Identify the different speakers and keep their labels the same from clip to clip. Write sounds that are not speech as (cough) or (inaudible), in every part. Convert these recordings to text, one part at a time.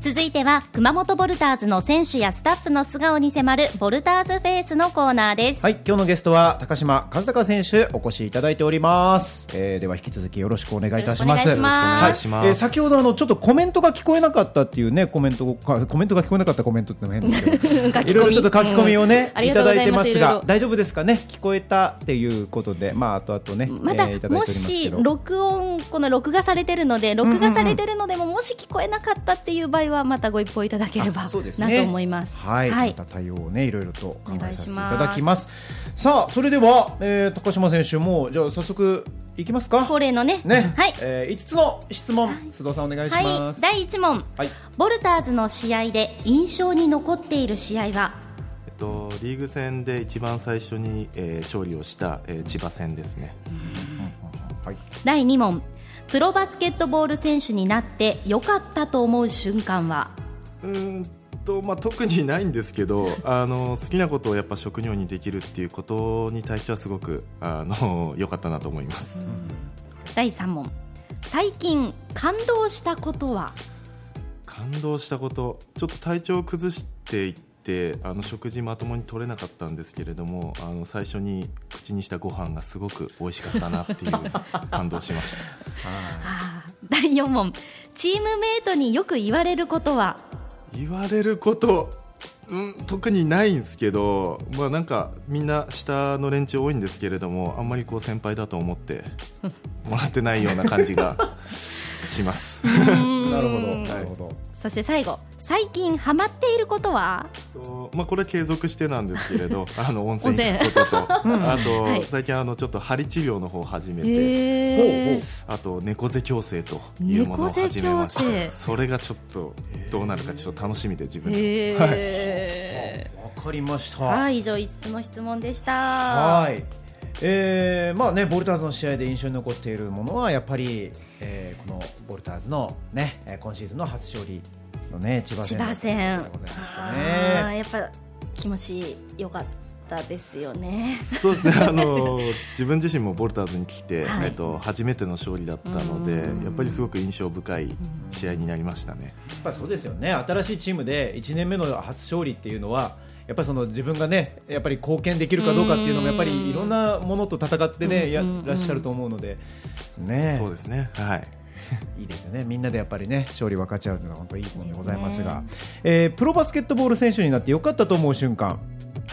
Speaker 1: 続いては熊本ボルターズの選手やスタッフの素顔に迫るボルターズフェイスのコーナーです。
Speaker 2: はい、今日のゲストは高島和孝選手お越しいただいております。えー、では引き続きよろしくお願いいたします。
Speaker 1: よろしくお願いします
Speaker 2: はい
Speaker 1: お願い
Speaker 3: します
Speaker 2: えー先ほどあのちょっとコメントが聞こえなかったっていうねコメントをかコメントが聞こえなかったコメントってのも
Speaker 1: (laughs)
Speaker 2: 変ですけ
Speaker 1: 書
Speaker 2: ど、
Speaker 1: き込み
Speaker 2: いろいろちょっと書き込みをね、
Speaker 1: うんあり
Speaker 2: い
Speaker 1: がとう
Speaker 2: た
Speaker 1: ご
Speaker 2: だ
Speaker 1: ざい
Speaker 2: いて
Speaker 1: ます
Speaker 2: ます
Speaker 1: いろ
Speaker 2: が
Speaker 1: いろ
Speaker 2: 大丈夫ですかね聞こえたっていうことでまあ後々ね
Speaker 1: また、
Speaker 2: えーいただい
Speaker 1: も
Speaker 2: ております
Speaker 1: し
Speaker 2: けど
Speaker 1: 録音この録画されてるので録画されてるのでも、もし聞こえなかったっていう場合はまたご一報いただければ
Speaker 2: あ
Speaker 1: な
Speaker 2: そう
Speaker 1: と
Speaker 2: ですね
Speaker 1: 思います。
Speaker 2: はい、
Speaker 1: は
Speaker 2: ま
Speaker 1: い、
Speaker 2: た対応をねいろいろと考えさせてい
Speaker 1: お
Speaker 2: た
Speaker 1: 願いします
Speaker 2: だきますさあそれでは、えー、高島選手もうじゃあ早速いきますか
Speaker 1: 恒例のね
Speaker 2: ね、
Speaker 1: はい、
Speaker 2: えー、5つの質問、須藤さんお願いし
Speaker 1: は
Speaker 2: ま
Speaker 1: い、
Speaker 2: す。
Speaker 1: 第一問、
Speaker 2: はい
Speaker 1: ボルターズの試合で印象に残っている試合は
Speaker 3: えっと、リーグ戦で一番最初に、えー勝利をした、えー千葉戦ですね、
Speaker 2: はい
Speaker 1: 第二問プロバスケットボール選手になって良かったと思う瞬間は
Speaker 3: うーんとまあ、特にないんですけどあの好きなことをやっぱ職業にできるっていうことに対してはすごくあの良かったなと思います、
Speaker 1: 第三問最近感動したことは
Speaker 3: 感動したことちょっと体調を崩していってあの食事まともに取れなかったんですけれどもあの最初に口にしたご飯がすごく美味しかったなっていう感動しました
Speaker 1: あー第四問チームメイトによく言われることは
Speaker 3: 言われること、うん、特にないんですけど、まあ、なんかみんな下の連中多いんですけれどもあんまりこう先輩だと
Speaker 1: (laughs)
Speaker 3: 思ってもらってないような感じが (laughs) します。
Speaker 2: なるほど、なるほど。
Speaker 1: そして最後最近ハマっていることは
Speaker 3: とまあ、これ継続してなんですけ
Speaker 1: (laughs)
Speaker 3: れどあの温
Speaker 1: 泉
Speaker 3: 泉行くことと、あと、
Speaker 1: はい
Speaker 3: 最近あのちょっと針治療の方を始めて。
Speaker 1: へー
Speaker 3: あと猫背矯正というものを始めまし
Speaker 1: 猫背矯正
Speaker 3: たそれがちょっとどうなるかちょっと楽しみで自分で
Speaker 1: へー
Speaker 2: わかりました。
Speaker 1: はい以上5つの質問でした
Speaker 2: はい。えー、まあねボルターズの試合で印象に残っているものはやっぱり、えー、このボルターズのねえー今シーズンの初勝利のね千葉
Speaker 1: 千
Speaker 2: 戦
Speaker 1: 葉戦
Speaker 2: でございますか
Speaker 1: あー
Speaker 2: ね。
Speaker 1: やっぱ気持ちよかったですよね
Speaker 3: そうですね、あの自分自身もボルターズに来て、
Speaker 1: はい
Speaker 3: えっと、初めての勝利だったので、やっぱりすごく印象深い試合になりましたね。
Speaker 2: やっぱりそうですよね。新しいチームで一年目の初勝利っていうのは。やっぱりその自分がねやっぱり貢献できるかどうかっていうのもやっぱりいろんなものと戦ってねやらっしゃると思うのでね
Speaker 3: そうですね、はい、
Speaker 2: いいですよね、みんなでやっぱりね勝利分かち合うのが本当にいいものでございますが、えープロバスケットボール選手になってよかったと思う瞬間、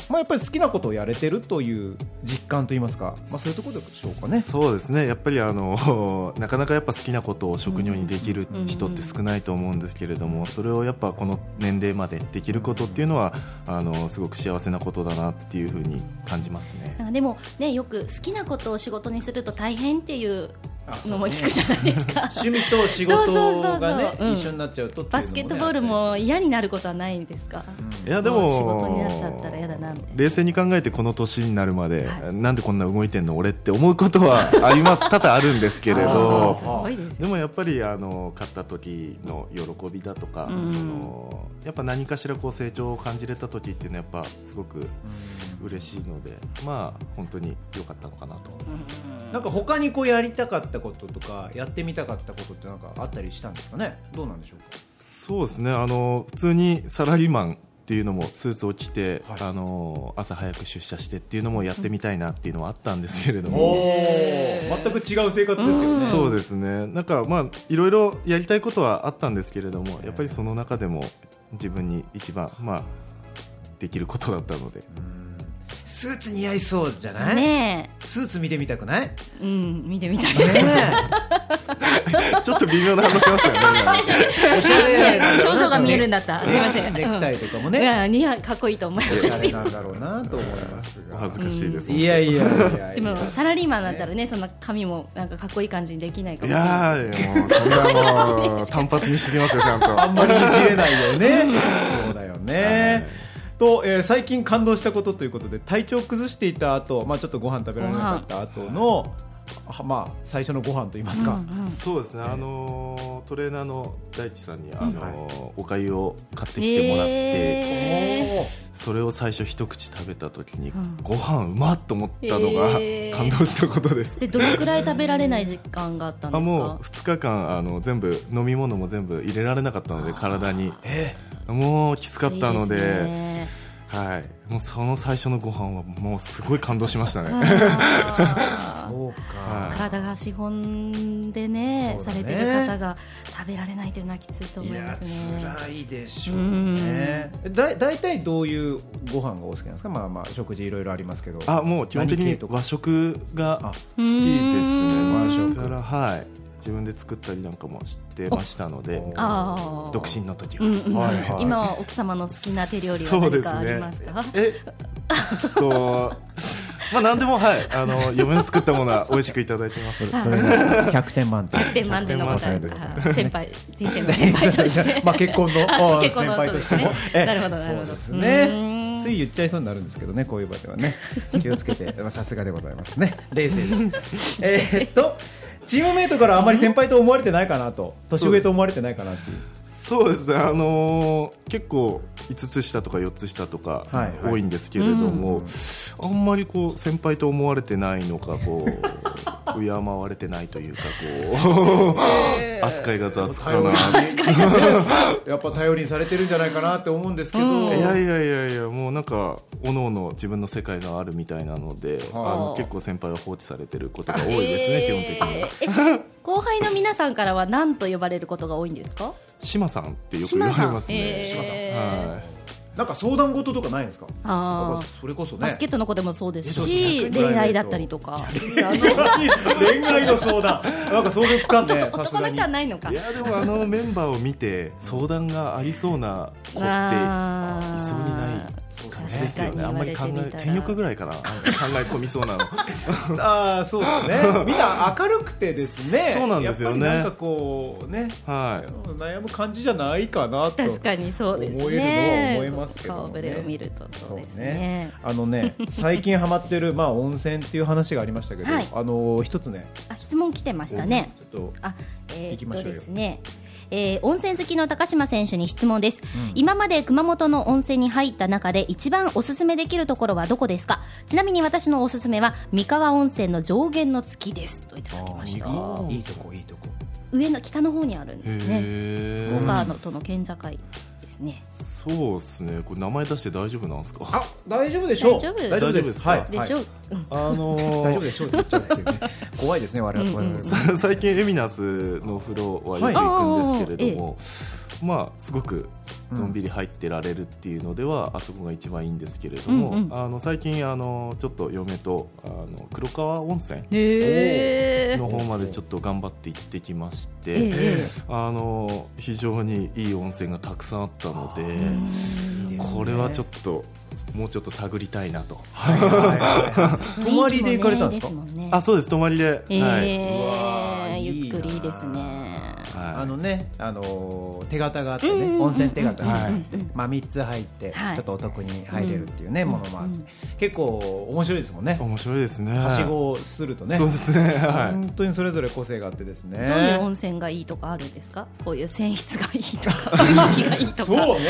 Speaker 2: まあ、やっぱり好きなことをやれてるという実感といいますか、まあ、そういうところでしょ
Speaker 1: (laughs)
Speaker 2: うかね。
Speaker 3: そうですね、やっぱりあの (laughs) なかなかやっぱ好きなことを職業にできる人って少ないと思うんですけれども、それをやっぱこの年齢までできることっていうのはあのすごく幸せなことだなっていうふうに感じますね。
Speaker 1: なんかでもねよく好きなことを仕事にすると大変っていう
Speaker 2: あそう
Speaker 1: の
Speaker 2: ね
Speaker 1: も聞くじゃないですか
Speaker 2: 趣味と仕
Speaker 1: そうそ
Speaker 2: 事
Speaker 1: うそ
Speaker 2: が
Speaker 1: う
Speaker 2: ね
Speaker 1: そううん
Speaker 2: 一緒になっちゃうとっていうのもね
Speaker 1: バスケットボールも嫌になることはないんですか、
Speaker 3: いやでも
Speaker 1: 仕事になっちゃったら嫌だなみたいな
Speaker 3: 冷静に考えてこの年になるまで、なんでこんな動いてんの俺って思うこと
Speaker 1: (laughs)
Speaker 3: はありま多々あるんですけれ
Speaker 1: あー
Speaker 3: ど
Speaker 1: すごいです
Speaker 3: でもやっぱりあの勝った時の喜びだとか、
Speaker 1: うん
Speaker 3: そのやっぱ何かしらこう成長を感じれた時っていうのはやっぱすごく嬉しいので、まあ本当に良かったのかなと。
Speaker 2: なんか他にこうやりたかったこととかやってみたかったことってなんかあったりしたんですかねどうなんでしょうか
Speaker 3: そうですねあの普通にサラリーマンっていうのもスーツを着て、
Speaker 2: はい
Speaker 3: あの朝早く出社してっていうのもやってみたいなっていうのはあったんですけれども。
Speaker 2: 全く違う生活ですよね
Speaker 3: そうですね。なんかまあいろいろやりたいことはあったんですけれども、やっぱりその中でも自分に一番まあできることだったので、
Speaker 2: スーツ似合いそうじゃない、
Speaker 1: ね
Speaker 2: スーツ見てみたくない
Speaker 1: えうん見てみたい (laughs)
Speaker 2: ね
Speaker 3: ちょっと微妙な話しましたよね。今ね
Speaker 2: おしゃれなんだろうな
Speaker 1: 表情が見えるんだったすいません
Speaker 2: ネクタイとかも
Speaker 1: い
Speaker 2: ね、
Speaker 1: やいやかっこいいと思いま
Speaker 2: おしゃ
Speaker 1: す
Speaker 2: れ
Speaker 1: よ
Speaker 2: なんだろうなと思います
Speaker 3: お
Speaker 2: が
Speaker 3: 恥ずかしいです。
Speaker 2: いやいやいやいや
Speaker 1: でもサラリーマンだったらねそんな髪もなんかかっこいい感じにできないか
Speaker 3: い
Speaker 1: もしれない
Speaker 3: やーもうそんなもう単発にしてきますよちゃん
Speaker 2: あん
Speaker 3: と。
Speaker 2: まりいじれないよねそうだよね、と、えー最近感動したことということで体調崩していた後、まあちょっとご飯食べられなかった後のはまあ、最初のご飯といいますか、
Speaker 1: うん
Speaker 3: そうですね、あのートレーナーの大地さんに、あのーおかゆを買ってきてもらって、
Speaker 1: え
Speaker 3: それを最初一口食べた時に、
Speaker 1: うん
Speaker 3: ご飯うまっと思ったのが
Speaker 1: えー
Speaker 3: 感動したことです、
Speaker 1: ーでどのくらい食べられない実感があったんで
Speaker 3: あ
Speaker 1: すか
Speaker 3: もう2日間あの全部飲み物も全部入れられなかったので体にもうきつかったので
Speaker 1: 暑いす
Speaker 3: はい、もうその最初のご飯はもうすごい感動しました
Speaker 1: ね
Speaker 3: ね、
Speaker 2: (laughs)
Speaker 1: あー
Speaker 2: そう
Speaker 1: あ
Speaker 2: か
Speaker 1: ー体が資本でね
Speaker 2: そう
Speaker 1: さ
Speaker 2: だ
Speaker 1: れ
Speaker 2: ね
Speaker 1: てる方が食べられないというのはきついと思
Speaker 2: い
Speaker 1: いま
Speaker 2: や
Speaker 1: すね
Speaker 2: 辛いでしょうねだ大体どういうご飯がお好きなんですかまあまあ食事いろいろありますけど
Speaker 3: あもう基本的
Speaker 2: 何系
Speaker 3: に
Speaker 2: とか
Speaker 3: 和食が好き
Speaker 1: う
Speaker 3: です
Speaker 1: ん
Speaker 3: ね和食
Speaker 2: 和
Speaker 3: か
Speaker 2: 食
Speaker 3: らはい自分で作ったりなんかもしてましたので
Speaker 2: お
Speaker 1: あー
Speaker 3: 独身の時は、
Speaker 1: うんうん
Speaker 2: はいはい
Speaker 1: 今は奥様の好きな手料理は何かありますか
Speaker 3: そう (laughs) ですねえっとまあ何でもはいあの嫁の作ったものは美味しくいただいてます
Speaker 2: それそれ
Speaker 1: (laughs)
Speaker 2: が100点満点
Speaker 1: で満点の答え
Speaker 2: 100点満
Speaker 1: あ先輩人生の先輩として
Speaker 2: (laughs) まあ結婚の
Speaker 1: あ
Speaker 2: あー
Speaker 1: 結婚の
Speaker 2: 先輩として
Speaker 1: そ
Speaker 2: も
Speaker 1: うですね
Speaker 2: ええ
Speaker 1: なるほどなるほど
Speaker 2: そうです
Speaker 1: うー
Speaker 2: ね
Speaker 1: ん
Speaker 2: つい言っちゃいそうになるんですけどねこういう場ではね気をつけ
Speaker 1: (laughs)
Speaker 2: てまあさすがでございますね冷静ですえーっとチームメイトからあまり先輩と思われてないかなと年上と思われてないかなっていう
Speaker 3: そうですねあのー結構5つ下とか4つ下とか
Speaker 2: はいはい
Speaker 3: 多いんですけれども、あんまりこう先輩と思われてないのかこう敬われてないというかこう扱いが雑かな
Speaker 2: (laughs) やっぱ頼りにされてるんじゃないかなって思うんですけど、
Speaker 1: うん
Speaker 3: いやいやいやいやもうなんかおのの自分の世界があるみたいなので、
Speaker 2: はあ
Speaker 3: あの結構先輩は放置されてることが多いですね、基本的には
Speaker 1: 的に後輩の皆さんからは何と呼ばれることが多いんですか
Speaker 3: 島さんってよく言われますね
Speaker 1: 島さんえー
Speaker 3: はい
Speaker 2: なんか相談事とかないんですか
Speaker 1: あー
Speaker 2: それこそ
Speaker 1: バスケットの子でもそうです
Speaker 2: い
Speaker 1: し
Speaker 2: やそうです
Speaker 1: 恋愛だったりとか
Speaker 2: (laughs) 恋愛の相談なんか想像つかんねさす
Speaker 1: 男
Speaker 2: が
Speaker 1: の
Speaker 2: に
Speaker 1: 人はないのか
Speaker 3: いやでもあのメンバーを見て相談がありそうな子っていそうに
Speaker 1: あー
Speaker 3: ない感じですよ
Speaker 1: 確かに
Speaker 3: ねあんまり考
Speaker 1: 言われ
Speaker 3: え
Speaker 1: てみたら
Speaker 3: 天欲ぐらいかな考え込みそう
Speaker 1: (laughs)
Speaker 3: なの
Speaker 2: ああそうですねみんな明るくてですね
Speaker 3: そうなんですよね
Speaker 2: やっぱりなんかこうね
Speaker 3: はい
Speaker 2: 悩む感じじゃないかなと
Speaker 1: 確かにそうですね
Speaker 2: 思えるのは思いますけどね
Speaker 1: 顔ぶれを見るとそうですね
Speaker 2: あのね最近ハマってるまあ温泉っていう話がありましたけど、
Speaker 1: はい
Speaker 2: あの一つね
Speaker 1: あ質問来てましたね
Speaker 2: ちょっと
Speaker 1: あ、え
Speaker 2: 行き
Speaker 1: ー、
Speaker 2: ま
Speaker 1: っ
Speaker 2: しょ
Speaker 1: と
Speaker 2: うよ
Speaker 1: ですね、えー温泉好きの高島選手に質問です、今まで熊本の温泉に入った中で一番おすすめできるところはどこですかちなみに私のおすすめは三河温泉の上限の月ですといただきました
Speaker 2: あいいとこいいとこ
Speaker 1: 上の北の方にあるんですね
Speaker 3: へ
Speaker 1: 大
Speaker 3: ー
Speaker 1: 川のとの県境ですね
Speaker 3: そうですねこれ名前出して大丈夫なんですか
Speaker 2: あ大丈夫でしょう
Speaker 1: 大丈夫
Speaker 2: 大丈夫で
Speaker 3: 大丈夫ですすか
Speaker 2: はい
Speaker 1: でしょ
Speaker 2: は
Speaker 1: う、うん
Speaker 3: (laughs) あのー
Speaker 2: い大丈夫でしょうって言っちゃうっていうね怖いですね我々
Speaker 1: うんうん
Speaker 2: 我々
Speaker 3: 最近エミナスのお風呂はよく行くんですけれども、まあすごくのんびり入ってられるっていうのでは、あそこが一番いいんですけれども、
Speaker 1: うんうん
Speaker 3: あの最近あのちょっと嫁とあの黒川温泉
Speaker 1: へー
Speaker 3: の方までちょっと頑張って行ってきまして、
Speaker 1: ええ
Speaker 3: あの非常にいい温泉がたくさんあったので、
Speaker 2: いいですね
Speaker 3: これはちょっともうちょっと探りたいなと、
Speaker 2: はいはいはい泊まりで行かれたんですか
Speaker 1: 雰囲気もねですもんね
Speaker 3: あそうです泊まりで、
Speaker 1: え
Speaker 3: は
Speaker 1: ー
Speaker 3: い、
Speaker 2: はいうわー
Speaker 1: ゆっくりいいです
Speaker 2: いい
Speaker 1: ね
Speaker 3: はい
Speaker 2: あのね、あのー手形があって
Speaker 1: うんうんうんう
Speaker 2: ね、
Speaker 1: ん
Speaker 2: 温泉手形があっ
Speaker 1: う
Speaker 2: て
Speaker 1: んうんうん、
Speaker 2: まあ三つ入って、
Speaker 1: はい
Speaker 2: ちょっとお得に入れるっていうね、
Speaker 1: ん
Speaker 2: ものもあっ
Speaker 1: うん
Speaker 2: て。結構面白いですもんね。
Speaker 3: 面白いですね
Speaker 2: はしごをするとね
Speaker 3: そ。うですねはい
Speaker 2: 本当にそれぞれ個性があってですね
Speaker 1: どういう。温泉がいいとかあるんですかこういう泉質がいいと
Speaker 2: (laughs)
Speaker 1: か雰囲気がいいとか
Speaker 2: そうね。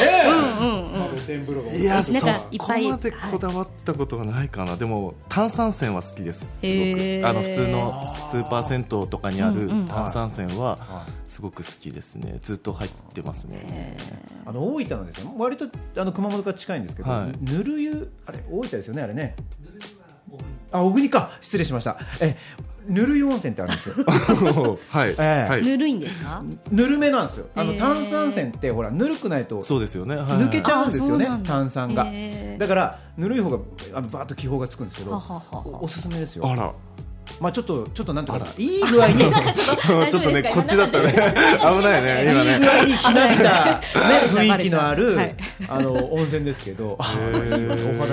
Speaker 1: うんうんうん
Speaker 2: 露天風呂が
Speaker 3: いや、
Speaker 1: なん
Speaker 3: そ
Speaker 1: かいっ
Speaker 3: こ
Speaker 1: ぱい
Speaker 3: までこだわったことはないかな、でも炭酸泉は好きです、すごく、
Speaker 1: へー
Speaker 3: あの普通のスーパー銭湯とかにある
Speaker 1: うんうん
Speaker 3: 炭酸泉は
Speaker 2: はい
Speaker 3: すごく好きですね、ずっと入ってますね、
Speaker 2: あの大分のですね、割とあの熊本から近いんですけど、
Speaker 3: はい
Speaker 2: ぬる湯あれ大分ですよねあれね。あ小国か失礼しました。えぬる湯温泉ってあるんですよ。
Speaker 3: (laughs) はい、
Speaker 2: ええ
Speaker 3: はい、
Speaker 1: ぬるいんですか
Speaker 2: ぬるめなんですよ。あの
Speaker 1: へー
Speaker 2: 炭酸泉ってほらぬるくないと
Speaker 3: そうですよね、はい、
Speaker 2: 抜けちゃうんですよね
Speaker 1: あそうなんだ
Speaker 2: 炭酸が
Speaker 1: へー
Speaker 2: だからぬるい方があのバーッと気泡がつくんですけど
Speaker 1: はははは
Speaker 2: おおすすめです
Speaker 3: あ
Speaker 2: よ
Speaker 3: ら、
Speaker 2: まあちょっとちょっとなんていうかな
Speaker 3: あ
Speaker 2: いい
Speaker 1: (laughs)
Speaker 2: 具合にいい
Speaker 1: 大
Speaker 3: ち
Speaker 1: 丈
Speaker 3: ょっ
Speaker 1: 夫
Speaker 3: と
Speaker 1: で
Speaker 3: ね、
Speaker 1: すか
Speaker 3: こっちだったね、 (laughs) 危ないね、
Speaker 2: 具
Speaker 3: 今ね。
Speaker 2: 合にひ
Speaker 1: (laughs)
Speaker 2: な
Speaker 1: バ
Speaker 2: びた、ね、
Speaker 1: レちゃう
Speaker 2: 雰囲気のある、
Speaker 1: バレち
Speaker 2: あの温泉ですけどあお肌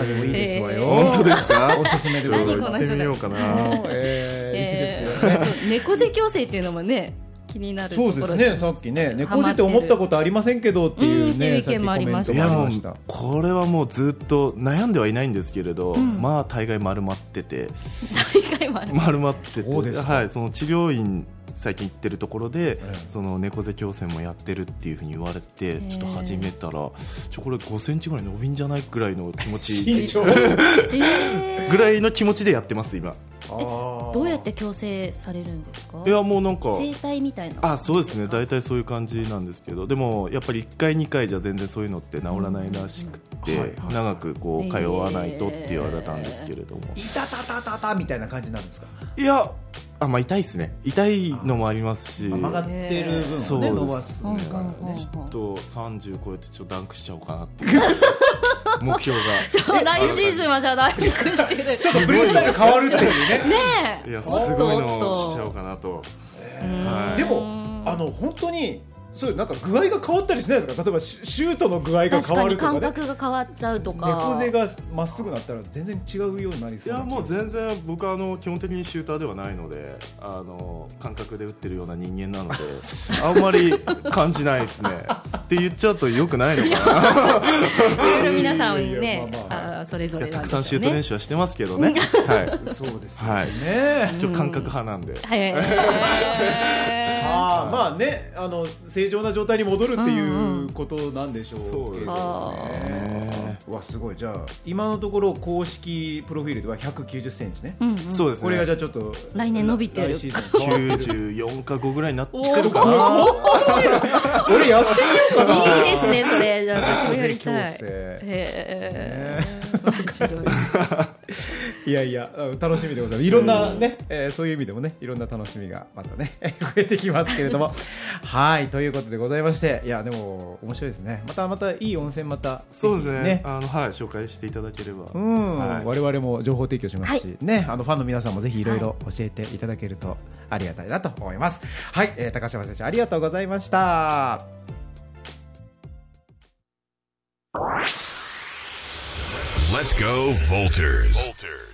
Speaker 2: でもいいですわよ、
Speaker 1: へー
Speaker 3: 本当ですか
Speaker 2: おすすめで
Speaker 3: ち
Speaker 2: ご
Speaker 3: ょ
Speaker 2: ざ
Speaker 3: っ
Speaker 2: い
Speaker 3: と
Speaker 1: 何
Speaker 2: ま
Speaker 1: この人たち
Speaker 3: 行ってみようかな
Speaker 2: す、えーいいですよね
Speaker 1: えー猫背矯正っていうのもね気になるとこ
Speaker 2: そ
Speaker 1: ろ
Speaker 2: うですね、さっきね、猫背って思ったことありませんけどっていう
Speaker 1: う
Speaker 2: ね、
Speaker 1: んっていう意見もありました
Speaker 3: い
Speaker 2: さっ
Speaker 3: や
Speaker 2: きコ
Speaker 3: も
Speaker 2: メ
Speaker 3: う
Speaker 2: ントもありま
Speaker 3: これはもうずっと悩んではいないんですけれど、
Speaker 1: ん
Speaker 3: まあ大概丸まってて
Speaker 1: 大会もある
Speaker 3: 丸まってて
Speaker 2: そうですか
Speaker 3: はい、その治療院最近行ってるところで、
Speaker 2: ええ
Speaker 3: その猫背矯正もやってるっていうふうに言われて
Speaker 1: え
Speaker 3: ちょっと始めたらちょこれ5センチぐらい伸びんじゃないぐらいの気
Speaker 1: (laughs)
Speaker 3: 持
Speaker 2: 身
Speaker 3: ち
Speaker 2: 長
Speaker 3: ぐらいの気持ちでやってます今
Speaker 2: (laughs) あー
Speaker 1: どうやって矯正されるんですか
Speaker 3: いやもうなんか
Speaker 1: 整体みたいな
Speaker 3: あそうですね大体そういう感じなんですけどでもやっぱり1回2回じゃ全然そういうのって治らないらしくて、
Speaker 2: うんはいはい
Speaker 3: 長くこう通わないとって言われたんですけれども、
Speaker 2: いたたたたたみたいな感じになるんですか、
Speaker 3: いやあまあ痛いですね痛いのもありますし、
Speaker 2: まあ曲がってる分をね
Speaker 3: えー
Speaker 2: 伸ばす
Speaker 1: うんうんうん
Speaker 2: から
Speaker 1: うん
Speaker 2: ね
Speaker 3: ちょっと30超えてちょっとダンクしちゃおうか
Speaker 1: (laughs)
Speaker 3: なっていう目標
Speaker 1: じゃあ来シーズンはじゃあ大陸してる
Speaker 2: (laughs) ちょっとフリースタイル変わるっていうね
Speaker 1: ねえ
Speaker 3: がいやす
Speaker 1: おっと
Speaker 3: ごい
Speaker 1: おっ
Speaker 3: の
Speaker 1: と
Speaker 3: をしちゃおうかなと
Speaker 1: うん
Speaker 3: はい
Speaker 2: でもあの本当にそういうなんか具合が変わったりしないですか例えばシュシュートの具合が
Speaker 1: 確か
Speaker 2: 変わ
Speaker 1: に
Speaker 2: ると
Speaker 1: 感
Speaker 2: かね
Speaker 1: 覚が変わっちゃうとか
Speaker 2: 猫背がまっすぐなったら全然違うようになり
Speaker 3: い
Speaker 2: そうな
Speaker 3: や
Speaker 2: 気が
Speaker 3: もう全然僕はあの基本的にシューターではないのであの感覚で打ってるような人間
Speaker 2: (laughs)
Speaker 3: なのであんまり感じないですねって言っちゃうとよくないのかな
Speaker 1: いろいろ皆さん
Speaker 2: いやいや
Speaker 1: ね
Speaker 2: いやまあまあ
Speaker 1: あーそれぞれ
Speaker 3: た
Speaker 1: なん
Speaker 3: く
Speaker 1: で
Speaker 3: さん
Speaker 1: し
Speaker 3: シ
Speaker 1: ょ
Speaker 3: ュ
Speaker 1: う
Speaker 3: ート
Speaker 1: ね
Speaker 3: 練習はしてますけどねはい
Speaker 2: そうですよ
Speaker 3: はい
Speaker 2: ね
Speaker 3: 一応感覚派なんで
Speaker 1: はいはいはいは
Speaker 2: ああまあねあの正常な状態に戻るって
Speaker 1: うん
Speaker 2: いううことなんでしょう
Speaker 3: そうですね
Speaker 2: ねうわすごいじゃあ今のところ公式プロフィールでは1 9 0ンチね
Speaker 1: いうんうん
Speaker 3: そうですね
Speaker 2: これがじゃあちょっと
Speaker 1: 来年伸びてる
Speaker 2: 来シーズン変わってる
Speaker 3: 94か5ぐらいになって
Speaker 2: (laughs)
Speaker 1: お
Speaker 3: くる
Speaker 1: ー
Speaker 3: かな
Speaker 2: 俺やってみようかない
Speaker 1: いですねそれじゃあ私もやりたい
Speaker 2: 公正
Speaker 1: へ
Speaker 2: 矯正
Speaker 1: え (laughs) 面白い
Speaker 2: (laughs) いやいやうん楽しみでございますいろんなね、えーそういう意味でもねいろんな楽しみがまたね (laughs) 増えてきますけれどもはいということでございましていやでも面白いですねまたまたいい温泉また
Speaker 3: そうですね
Speaker 2: ね
Speaker 3: あのはい紹介していただければ
Speaker 2: うん、
Speaker 3: はい
Speaker 2: 我々も情報提供しますし、
Speaker 1: は
Speaker 2: ね、あのファンの皆さんもぜひいろいろ教えていただけるとありがたいなと思います。はい、えー高島選手ありがとうございました。
Speaker 4: Let's go, Volters. Volters.